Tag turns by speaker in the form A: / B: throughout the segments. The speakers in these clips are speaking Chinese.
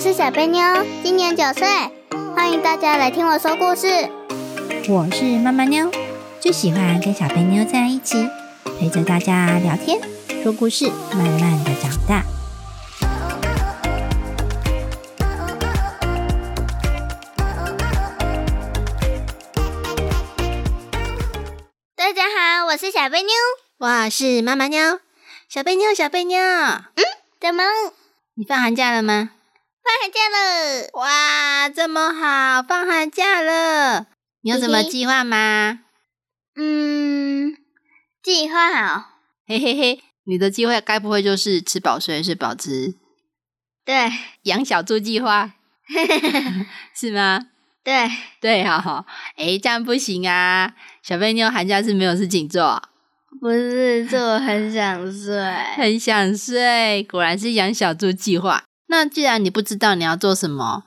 A: 是小贝妞，今年九岁，欢迎大家来听我说故事。
B: 我是妈妈妞，最喜欢跟小贝妞在一起，陪着大家聊天、说故事，慢慢的长大。
A: 大家好，我是小贝妞。
B: 我是妈妈妞，小贝妞，小贝妞，
A: 怎么了
B: 你放寒假了吗？
A: 放寒假了？
B: 哇，这么好，放寒假了，你有什么
A: 嘿嘿
B: 计划吗？
A: 嗯，计划好。
B: 嘿嘿嘿，你的计划该不会就是吃饱睡、睡饱吃、
A: 对
B: 养小猪计 划是吗？
A: 对，
B: 对哦，诶，这样不行啊！小贝妞寒假是没有事情做，
A: 不是，是我很想睡。
B: 很想睡，果然是养小猪计划。那既然你不知道你要做什么，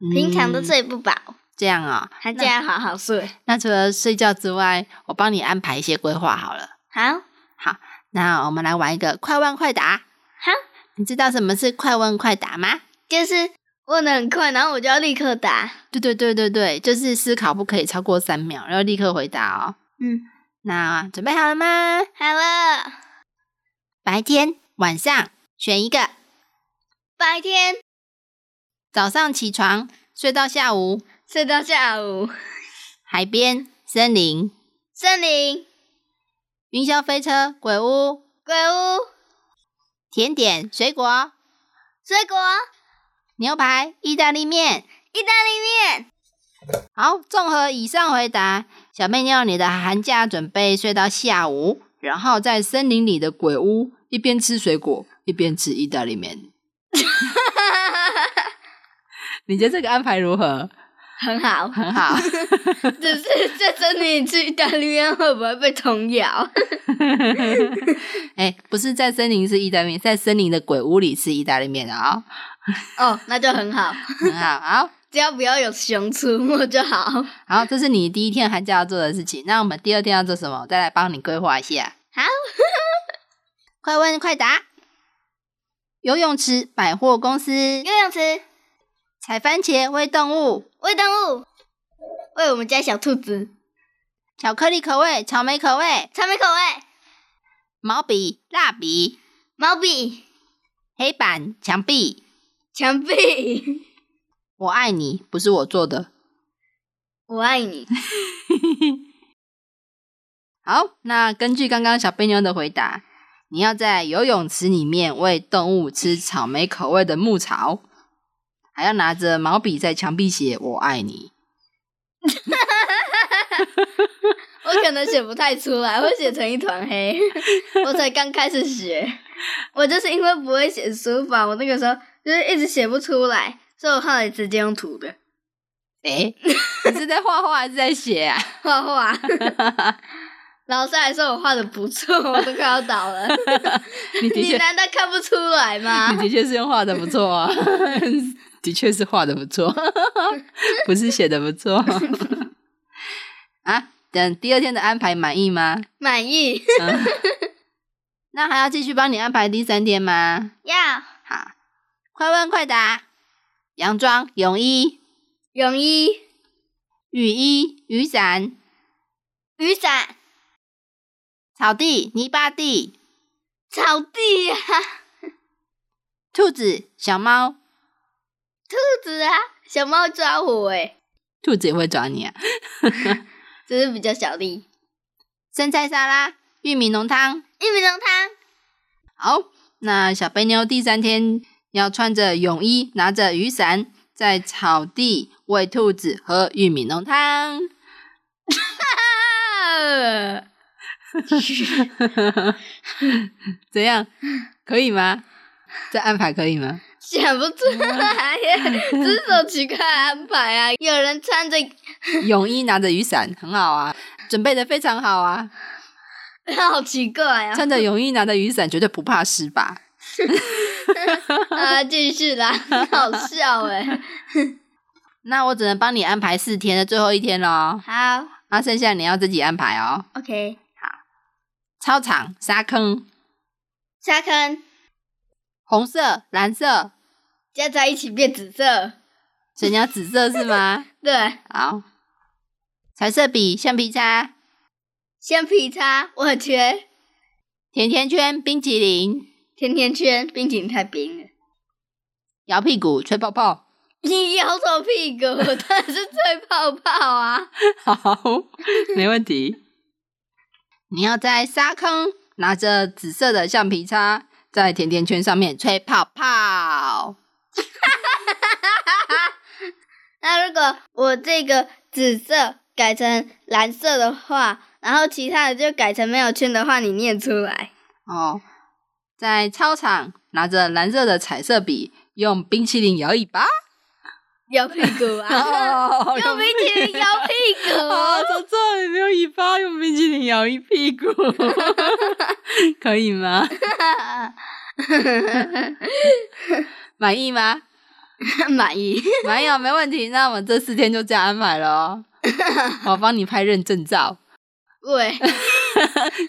B: 嗯
A: 平常都睡不饱，
B: 这样啊、
A: 寒假要好好睡。
B: 那除了睡觉之外，我帮你安排一些规划好了。
A: 好，
B: 那我们来玩一个快问快答。
A: 好，
B: 你知道什么是快问快答吗？
A: 就是问的很快，然后我就要立刻答。
B: 对对对对对，就是思考不可以超过三秒，然后立刻回答哦。
A: 嗯，
B: 那准备好了吗？
A: 好了，
B: 白天、晚上选一个，
A: 白天
B: 早上起床睡到下午，
A: 睡到下午，
B: 海边、森林、
A: 森林、
B: 云霄飞车、鬼屋、
A: 鬼屋、
B: 甜点、水果、
A: 水果、
B: 牛排、意大利面。
A: 意大利面。
B: 好，综合以上回答，小妹妞，你的寒假准备睡到下午，然后在森林里的鬼屋一边吃水果一边吃意大利面。你觉得这个安排如何？
A: 很好，
B: 很 好。
A: 只是在森林里吃意大利面会不会被虫咬？
B: 哎、不是在森林吃意大利面，在森林的鬼屋里吃意大利面啊、哦，
A: 哦，那就很好，
B: 很好，好。
A: 只要不要有熊出没就好。
B: 好，这是你第一天寒假要做的事情。那我们第二天要做什么？我再来帮你规划一下。
A: 好，
B: 快问快答。游泳池、百货公司、
A: 游泳池
B: 采番茄、喂动物、
A: 喂动物，喂我们家小兔子，
B: 巧克力口味、草莓口味、
A: 草莓口味，
B: 毛笔、蜡笔、
A: 毛笔，
B: 黑板、墙壁。
A: 墙壁，
B: 我爱你，不是我做的。
A: 我爱你。
B: 好，那根据刚刚小贝妞的回答，你要在游泳池里面喂动物吃草莓口味的牧草，还要拿着毛笔在墙壁写“我爱你
A: 我可能写不太出来，会写成一团黑。 我才刚开始学，我就是因为不会写书法，我那个时候就是一直写不出来，所以我后来直接用涂的”。
B: 诶，你是在画画还是在写啊？
A: 画画。老师还说我画的不错，我都快要倒了。
B: 你 的
A: 你
B: 确，
A: 难道看不出来
B: 你
A: 吗？
B: 的确是画的不错啊， 的确是画的不错， 不是写的不错 啊。等第二天的安排满意吗？
A: 满意？
B: 嗯那还要继续帮你安排第三天吗？
A: 要
B: 好，快问快答。洋装、泳衣、
A: 泳衣、
B: 雨衣、雨伞、
A: 雨伞、
B: 草地、泥巴地、
A: 草地啊呀、
B: 兔子、小猫，
A: 兔子啊，小猫抓我诶、
B: 兔子也会抓你啊！
A: 只是比较小力。
B: 生菜沙拉、玉米浓汤。
A: 玉米浓汤，
B: 好，那小贝妞第三天要穿着泳衣，拿着雨伞，在草地喂兔子喝玉米浓汤。
A: 啊、
B: 怎样？可以吗？这安排可以吗？
A: 想不出来耶，
B: 嗯
A: 这是种奇怪的安排啊！有人穿着，
B: 泳衣拿着雨伞，很好啊，准备的非常好啊。
A: 好奇怪啊！
B: 穿着泳衣拿着雨伞，绝对不怕湿吧？
A: 啊，继续 啦，好笑欸诶、
B: 那我只能帮你安排四天的最后一天喽，
A: 好
B: 那剩下你要自己安排哦。
A: ，OK，
B: 操场、沙坑，
A: 沙坑、
B: 红色、蓝色、
A: 加在一起变紫色。
B: 所以你要紫色是吗？
A: 对，
B: 好，彩色笔、橡皮擦、
A: 橡皮擦我缺，
B: 甜甜圈、冰淇淋、
A: 甜甜圈冰淇淋太冰了。
B: 摇屁股、吹泡泡。
A: 你摇手屁股，当然是吹泡泡啊！
B: 好，没问题。你要在沙坑拿着紫色的橡皮擦，在甜甜圈上面吹泡泡。
A: 那如果我这个紫色改成蓝色的话，然后其他的就改成没有圈的话，你念出来。
B: 哦，在操场拿着蓝色的彩色笔，用冰淇淋摇尾巴。
A: 摇屁股 啊！
B: 哦
A: 用冰淇淋摇屁
B: 啊，
A: 股，
B: 早知道你没有尾巴，用冰淇淋咬一屁 股，可以吗？
A: 啊
B: 满意 吗？
A: 满意。
B: 满意啊，没问题。那我们这四天就这样安排了哦。 我帮你拍认证照，
A: 喂，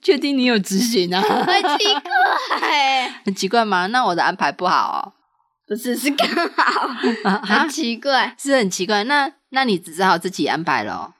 B: 确定你有执行 啊？
A: 很奇怪，
B: 很奇怪吗？那我的安排不好
A: 不是是刚 好，
B: 哦，啊啊
A: 很奇怪。
B: 是很奇怪。那那你只好自己安排哦咯。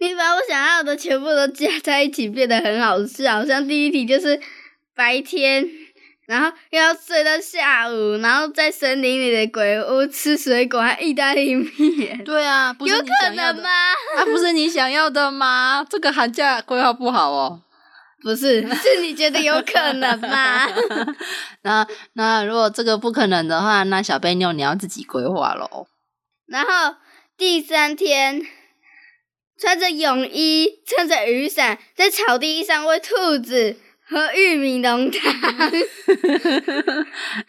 A: 你把我想要的全部都加在一起，变得很好笑。好像第一题就是白天，然后又要睡到下午，然后在森林里的鬼屋吃水果和意大利面，
B: 对啊，不是
A: 有
B: 你
A: 可
B: 想要
A: 能
B: 的
A: 吗？？
B: 啊，不是你想要的吗？这个寒假规划不好哦。
A: 不是，是你觉得有可能吗？
B: 那那如果这个不可能的话，那小贝妞你要自己规划喽。
A: 然后第三天，穿着泳衣，撑着雨伞，在草地上喂兔子，喝玉米浓汤。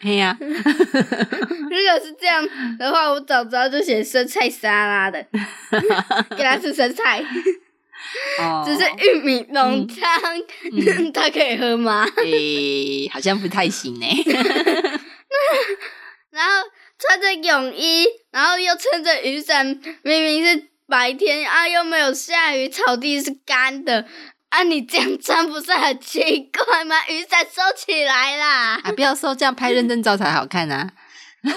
B: 哎呀，
A: 如果是这样的话，我早知道就写生菜沙拉的， 给他吃生菜。
B: 哦
A: 只是玉米浓汤， 他可以喝吗？
B: 诶、好像不太行 呢。
A: 然后穿着泳衣，然后又撑着雨伞，明明是白天啊，又没有下雨，草地是干的。啊，你这样穿不是很奇怪吗？ 雨伞收起来啦。
B: 啊，不要说这样拍认证照才好看啊。
A: 对，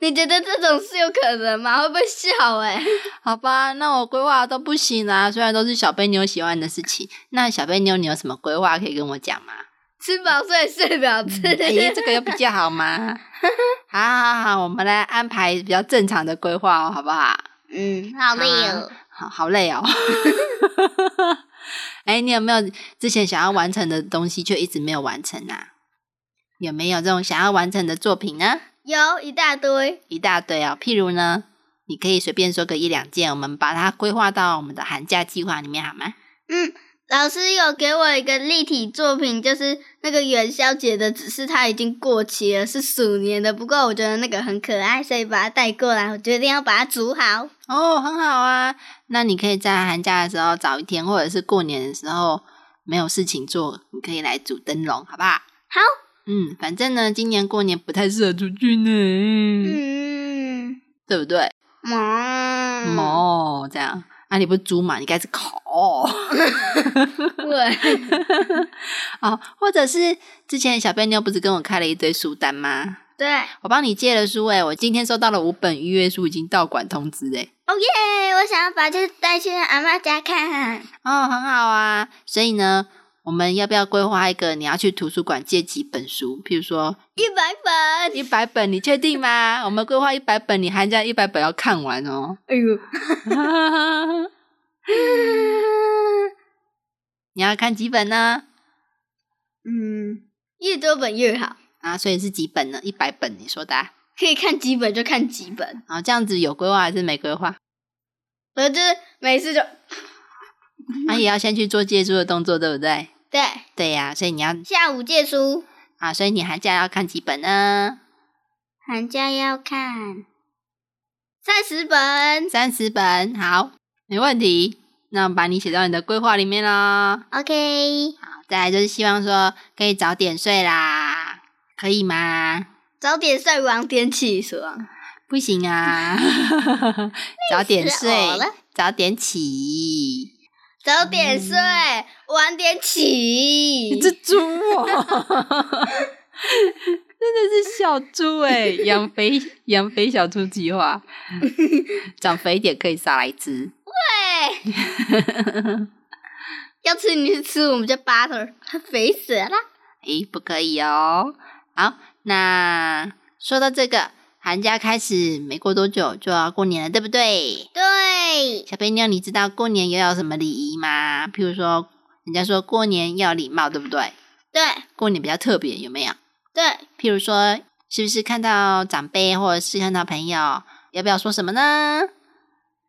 A: 你觉得这种事有可能吗？会被笑哎、
B: 好吧，那我规划都不行啦、虽然都是小贝妞喜欢的事情，那小贝妞你有什么规划可以跟我讲 吗？
A: 吃饱睡，睡饱吃。
B: 诶、这个又比较好吗？ 好好好，我们来安排比较正常的规划哦，好不好？
A: 嗯，好
B: 累哦。好好累哦。 哎、你有没有之前想要完成的东西却一直没有完成啊？有没有这种想要完成的作品呢？
A: 有一大堆，
B: 一大堆哦，譬如呢，你可以随便说个一两件，我们把它规划到我们的寒假计划里面好吗？
A: 嗯，老师有给我一个立体作品，就是那个元宵节的，只是它已经过期了，是鼠年的。不过我觉得那个很可爱，所以把它带过来。我决定要把它煮好。
B: 哦，很好啊。那你可以在寒假的时候找一天，或者是过年的时候没有事情做，你可以来煮灯笼，好不好？
A: 好。
B: 嗯，反正呢，今年过年不太适合出去呢，
A: 嗯，
B: 对不对？
A: 毛
B: 哦，这样啊，你不是猪嘛？你应该是口
A: 对，
B: 哦，或者是之前小贝妞不是跟我开了一堆书单吗？
A: 对，
B: 我帮你借了书欸诶，我今天收到了五本预约书，已经到馆通知欸诶。
A: 哦耶！我想要把这带去阿妈家看。
B: 哦，很好啊。所以呢，我们要不要规划一个你要去图书馆借几本书？譬如说
A: 一百本，
B: 一百本，你确定吗？我们规划一百本，你寒假一百本要看完哦。
A: 哎呦，
B: 你要看几本呢？
A: 嗯，越多本越好，
B: 啊，所以是几本呢？一百本，你说的、啊。
A: 可以看几本就看几本。
B: 然后这样子有规划还是没规划？
A: 我就是每次就嗯
B: 那、也要先去做借书的动作，对不对？
A: 对
B: 对呀、所以你要
A: 下午借书，
B: 啊，所以你寒假要看几本呢？
A: 寒假要看三十本。
B: 三十本，好，没问题。那我们把你写到你的规划里面啦。
A: OK，
B: 好，再来就是希望说可以早点睡啦，可以吗？
A: 早点睡，晚点起床。
B: 不行啊， 早点睡
A: 累死我啊了，
B: 早点起。
A: 早点睡，晚点起。
B: 猪哦！真真的是小猪哎、养肥养肥小猪计划，长肥一点可以杀来吃。
A: 对， 要吃你去吃我们家 butter，它肥死了。
B: 诶，不可以哦。好，那说到这个，寒假开始没过多久就要过年了，对不对？
A: 对，
B: 小贝妞，你知道过年要有什么礼仪吗？譬如说，人家说过年要礼貌，对不对？
A: 对，
B: 过年比较特别，有没有？
A: 对，
B: 譬如说，是不是看到长辈或者是看到朋友，要不要说什么呢？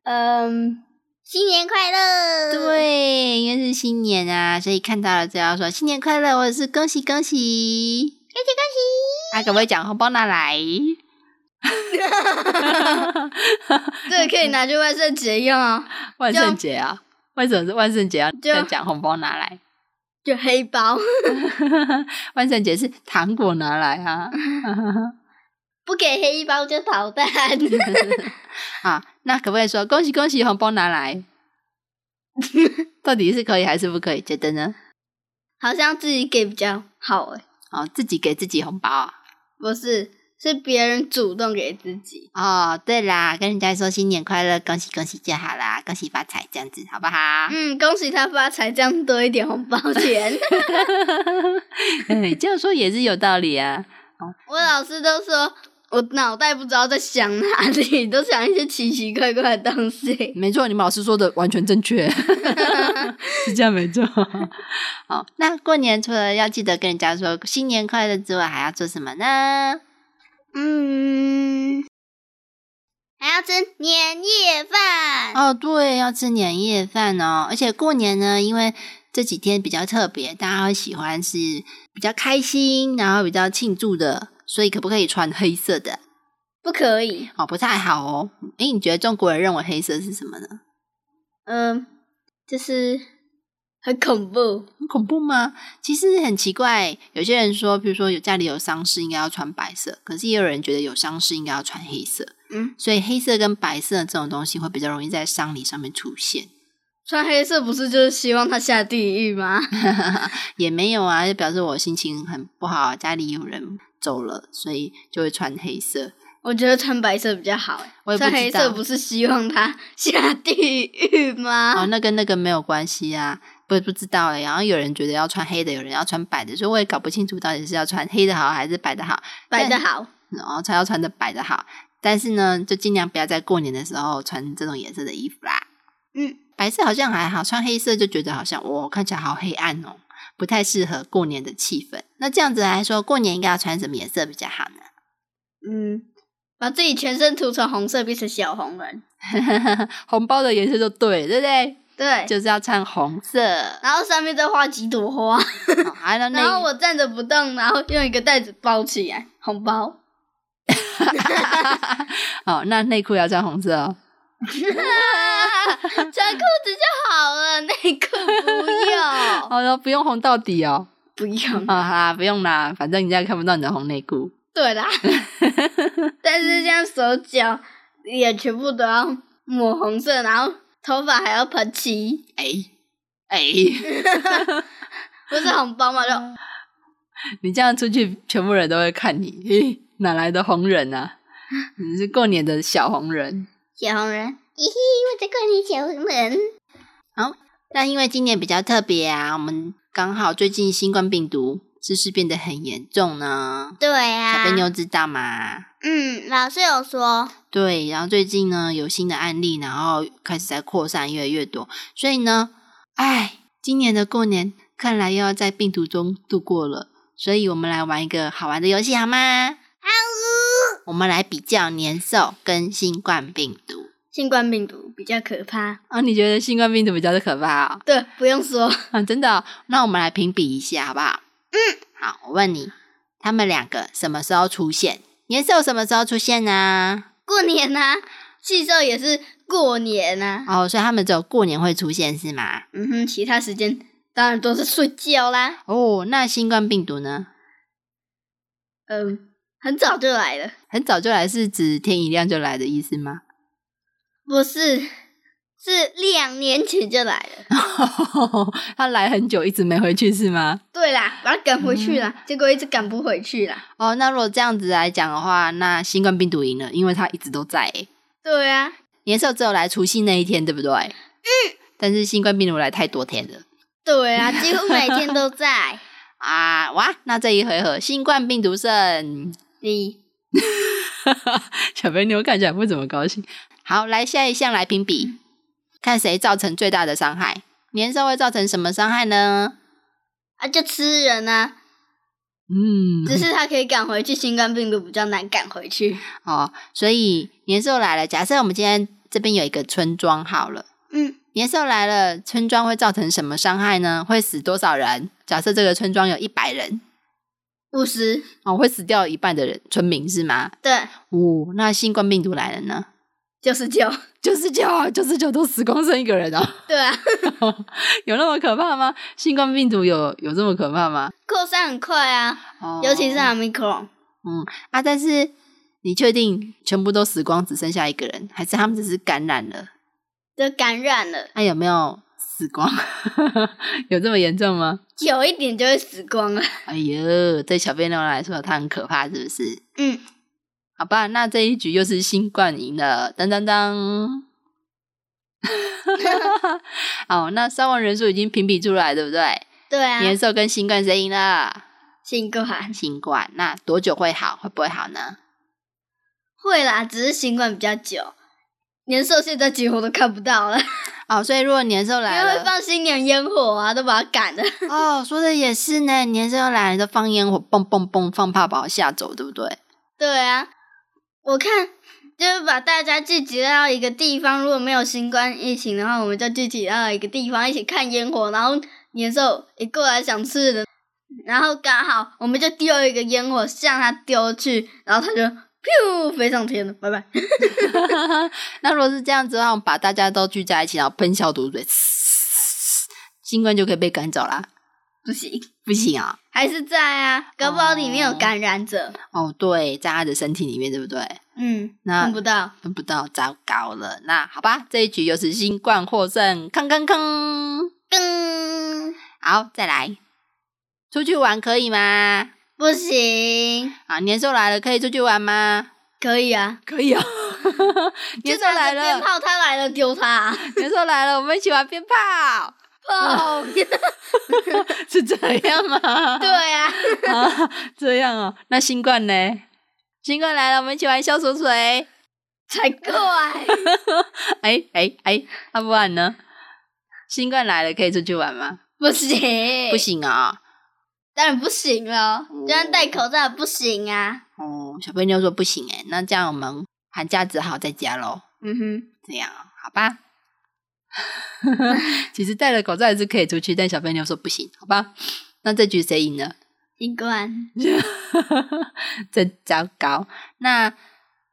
A: 嗯，新年快
B: 嗯
A: 乐。，
B: 对，因为是新年啊，所以看到了就要说新年快乐，或者是恭喜恭喜，恭喜恭喜。啊，可不可以讲红包拿来？
A: 这个可以拿去万圣节用哦，
B: 万圣节啊？为什么是万圣节要
A: 就
B: 要讲红包拿来？
A: 就黑包，
B: 万圣节是糖果拿来啊！
A: 不给黑包就捣蛋。
B: 啊，那可不可以说恭喜恭喜红包拿 来？到底是可以还是不可以？觉得呢？
A: 好像自己给比较好诶，
B: 哦，自己给自己红包啊！
A: 不是，是别人主动给自己。
B: 哦，对啦，跟人家说新年快乐，恭喜恭喜就好啦，恭喜发财这样子，好不好？
A: 嗯，恭喜他发财，这样多一点红包钱。
B: 哎，这样说也是有道理啊。
A: 我老师都说我脑袋不知道在想哪里，都想一些奇奇怪怪的东西。
B: 没错，你们老师说的完全正 确，是这样没错。好，哦那过年除了要记得跟人家说新年快乐之外，还要做什么呢？
A: 嗯，还要吃年夜饭。
B: 哦，对，要吃年夜饭哦。而且过年呢，因为这几天比较特别，大家会喜欢是比较开心，然后比较庆祝的，所以可不可以穿黑色的？
A: 不可以。
B: 哦，不太好哦。诶，你觉得中国人认为黑色是什么呢？
A: 嗯，就是很恐怖。
B: 很恐怖吗？其实很奇怪，有些人说，比如说有家里有丧事，应该要穿白色，可是也有人觉得有丧事应该要穿黑色，
A: 嗯，
B: 所以黑色跟白色这种东西会比较容易在丧礼上面出现。
A: 穿黑色不是就是希望他下地狱吗？
B: 也没有啊，就表示我心情很不好，啊家里有人走了，所以就会穿黑色。
A: 我觉得穿白色比较好欸。
B: 我也不
A: 穿
B: 知
A: 黑
B: 道
A: 色不是希望他 下地狱
B: 哦，
A: 吗？
B: 那跟那个没有关系啊，不不知道哎、然后有人觉得要穿黑的，有人要穿白的，所以我也搞不清楚到底是要穿黑的好还是白的好。
A: 白的好，
B: 然后才要穿的白的好。但是呢，就尽量不要在过年的时候穿这种颜色的衣服啦。
A: 嗯，
B: 白色好像还好，穿黑色就觉得好像我、看起来好黑暗哦，不太适合过年的气氛。那这样子来说，过年应该要穿什么颜色比较好
A: 嗯，把自己全身涂成红色，变成小红人。
B: 呢？ 红包的颜色就对了，对不对？
A: 对，
B: 就是要穿红色。
A: 然后上面再画几朵花，
B: 哦还有
A: 然后
B: 那
A: 我站着不动，然后用一个袋子包起来，红 包。
B: 哦，那内裤要穿红色哦。
A: 穿裤子就好了，内裤不 用，
B: 哦，不用红到底哦。
A: 不用。
B: 啊、好啦，不用啦，反正人家看不到你的红内裤。
A: 对 啦，但是像手脚也全部都要抹红色，然后头发还要喷漆，
B: 哎 哎。
A: 不是红包吗？就
B: 你这样出去，全部人都会看你，咦，哪来的红人啊？你是过年的小红人。
A: 小红人，咦嘿，我在过年小红人。
B: 那因为今年比较特别啊，我们刚好最近新冠病毒是不是变得很严重呢？
A: 对呀、
B: 小贝妞知道吗？
A: 嗯，老师有说，
B: 对，然后最近呢有新的案例，然后开始在扩散，越来越多。所以呢，哎，今年的过年看来又要在病毒中度过了。所以我们来玩一个好玩的游戏好吗？好。哦我们来比较年兽跟新冠病毒。
A: 新冠病毒比较可怕。
B: 啊，你觉得新冠病毒比较可怕哦？
A: 对，不用说，
B: 啊，真的哦、那我们来评比一下好不好？嗯。好，我问你，他们两个什么时候出现？年兽什么时候出现呢？
A: 过年呐、啊，气兽也是过年呐、啊。
B: 哦，所以他们只有过年会出现是吗？
A: 嗯哼，其他时间当然都是睡觉啦。
B: 哦，那新冠病毒呢？
A: 嗯，很早就来了，
B: 很早就来，是指天一亮就来的意思吗？
A: 不是是两年前就来了。
B: 他来很久，一直没回去是吗？
A: 对啦，把他赶回去啦，结果一直赶不回去啦。
B: 哦，那如果这样子来讲的话，那新冠病毒赢了，因为他一直都在、欸。
A: 对啊，
B: 年兽只有来除夕那一天，对不对？嗯。但是新冠病毒来太多天了
A: 对啊，几乎每天都在。
B: 啊！哇，那这一回合新冠病毒胜，
A: 你
B: 小肥牛看起来不怎么高兴。好，来下一项来评比，看谁造成最大的伤害。年兽会造成什么伤害呢？
A: 啊，就吃人啊，
B: 嗯，
A: 只是他可以赶回去，新冠病毒比较难赶回去。
B: 哦，所以年兽来了，假设我们今天这边有一个村庄好了，
A: 嗯，
B: 年兽来了，村庄会造成什么伤害呢？会死多少人？假设这个村庄有一百人，
A: 五十，
B: 哦，会死掉一半的人村民是吗？
A: 对，
B: 哦，那新冠病毒来了呢？
A: 九十九，
B: 九十九，九十九都死光剩一个人啊！
A: 对啊，
B: 有那么可怕吗？新冠病毒有有这么可怕吗？
A: 扩散很快啊，
B: 哦
A: 尤其是 omicron，
B: 啊，但是你确定全部都死光，只剩下一个人，还是他们只是感染了？
A: 就感染了，
B: 那、有没有死光？ 有这么严重吗？
A: 有一点就会死光了。
B: 哎呦，对小便牛来说，它很可怕，是不是？
A: 嗯，
B: 好吧，那这一局又是新冠赢了，当当当！ 好，那伤亡人数已经评比出来，对不对？
A: 对啊，
B: 年兽跟新冠谁赢了？
A: 新冠
B: 新冠，那多久会好？会不会好呢？
A: 会啦，只是新冠比较久。年兽现在几乎都看不到了，
B: 哦，所以如果年兽
A: 因
B: 来
A: 为会
B: 了，
A: 放新年烟火啊，都把它赶了。
B: 哦，说的也是呢，年兽来了就放烟火，蹦蹦蹦，放炮把我吓走，对不对？
A: 对啊，我看就是把大家聚集到一个地方，如果没有新冠疫情的话，我们就聚集到一个地方一起看烟火，然后年兽一过来想吃的，然后刚好我们就丢一个烟火向他丢去，然后他就噗飞上天了，拜 拜。
B: 那如果是这样子的话，我们把大家都聚在一起，然后喷消毒水，新冠就可以被赶走啦？
A: 不行，
B: 不行啊、
A: 还是在啊，搞不好里面有感染者，
B: 哦，对，在他的身体里面，对不对？
A: 嗯，
B: 那
A: 看不到。
B: 分不到，糟糕了。那好吧，这一局又是新冠获胜，康康康。
A: 嗯，
B: 好，再来，出去玩可以吗？
A: 不行，
B: 啊，年兽来了，可以出去玩吗？
A: 可以啊。
B: 可 以啊，年兽来
A: 就拿着鞭
B: 了，
A: 炮他来了丢他、 啊，
B: 年兽来了，我们一起玩鞭炮，
A: 哦，
B: 是这样 吗？
A: 对啊。
B: 啊， 这样哦。那新冠呢？新冠来了，我们一起玩消暑水。
A: 才怪！
B: 哎哎哎，啊不然呢？新冠来了，可以出去玩吗？
A: 不行，
B: 不，行啊、
A: 当然不行了。就算戴口罩也不行啊。
B: 哦，小朋友说不行哎、那这样我们寒假只好在家喽。
A: 嗯哼，
B: 这样啊好吧？ 其实戴了口罩还是可以出去，但小肥牛说不行，好吧？那这局谁赢 了？
A: 新冠
B: 真糟糕！那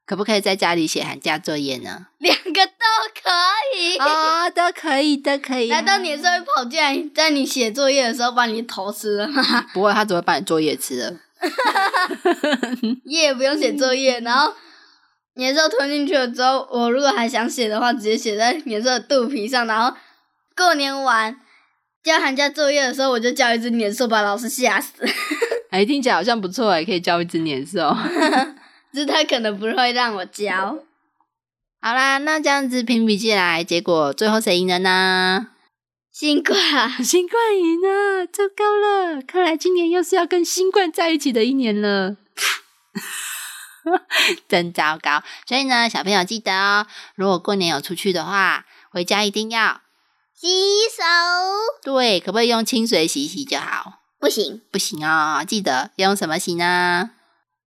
B: 可不可以在家里写寒假作业呢？
A: 两个都可以。
B: 哦，都可以，都可以啊。
A: 难道你是会跑进来，在你写作业的时候把你头吃了吗？
B: 不会？他只会把你作业吃了。
A: 你也不用写作业，然后年兽吞进去了之后，我如果还想写的话，直接写在年兽的肚皮上，然后过年完交寒假作业的时候，我就叫一只年兽把老师吓死。
B: 哎，听起来好像不错哎，可以教一只年兽。
A: 只是他可能不会让我教。
B: 好啦，那这样子评比起来，结果最后谁赢了呢？
A: 新冠啊
B: 新冠赢了，糟糕了！看来今年又是要跟新冠在一起的一年了， 真糟糕。所以呢，小朋友记得哦，如果过年有出去的话，回家一定要
A: 洗手
B: 对，可不可以用清水洗一洗就好？
A: 不行，
B: 不行哦，记得要用什么洗呢？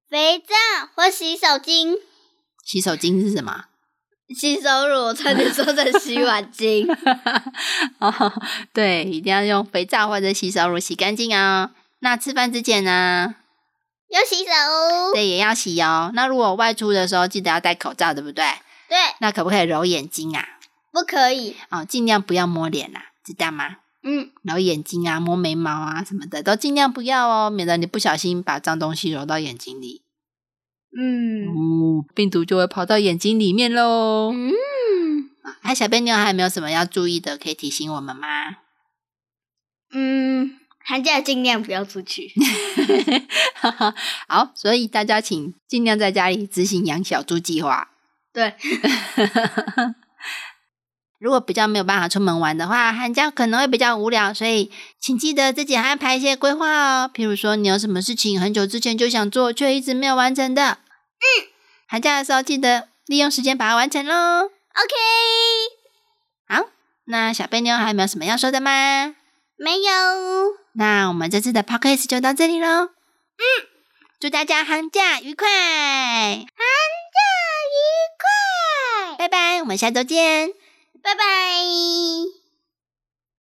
A: 肥皂或洗手巾、
B: 洗手巾是什么？
A: 洗手乳，我差点说成洗碗 巾。
B: 哦， 对，一定要用肥皂或者洗手乳洗干净哦。那吃饭之前呢，
A: 要洗手，
B: 对，也要洗哦。那如果外出的时候，记得要戴口罩，对不对？
A: 对，
B: 那可不可以揉眼睛啊？
A: 不可以。
B: 哦，尽量不要摸脸啦、知道吗？
A: 嗯，
B: 揉眼睛啊，摸眉毛啊什么的，都尽量不要哦，免得你不小心把脏东西揉到眼睛里，
A: 嗯
B: 哦，病毒就会跑到眼睛里面喽。
A: 嗯，
B: 啊，那小贝妞还有没有什么要注意的，可以提醒我们吗？
A: 嗯，寒假尽量不要出去。
B: 好，所以大家请尽量在家里执行养小猪计划。
A: 对，
B: 如果比较没有办法出门玩的话，寒假可能会比较无聊，所以请记得自己安排一些规划哦。譬如说，你有什么事情很久之前就想做，却一直没有完成的，嗯，寒假的时候记得利用时间把它完成喽。
A: OK，
B: 那小贝妞还有没有什么要说的吗？
A: 没有，
B: 那我们这次的 podcast 就到这里喽。嗯，祝大家寒假愉快，
A: 快，
B: 拜拜，我们下周见。
A: 拜拜。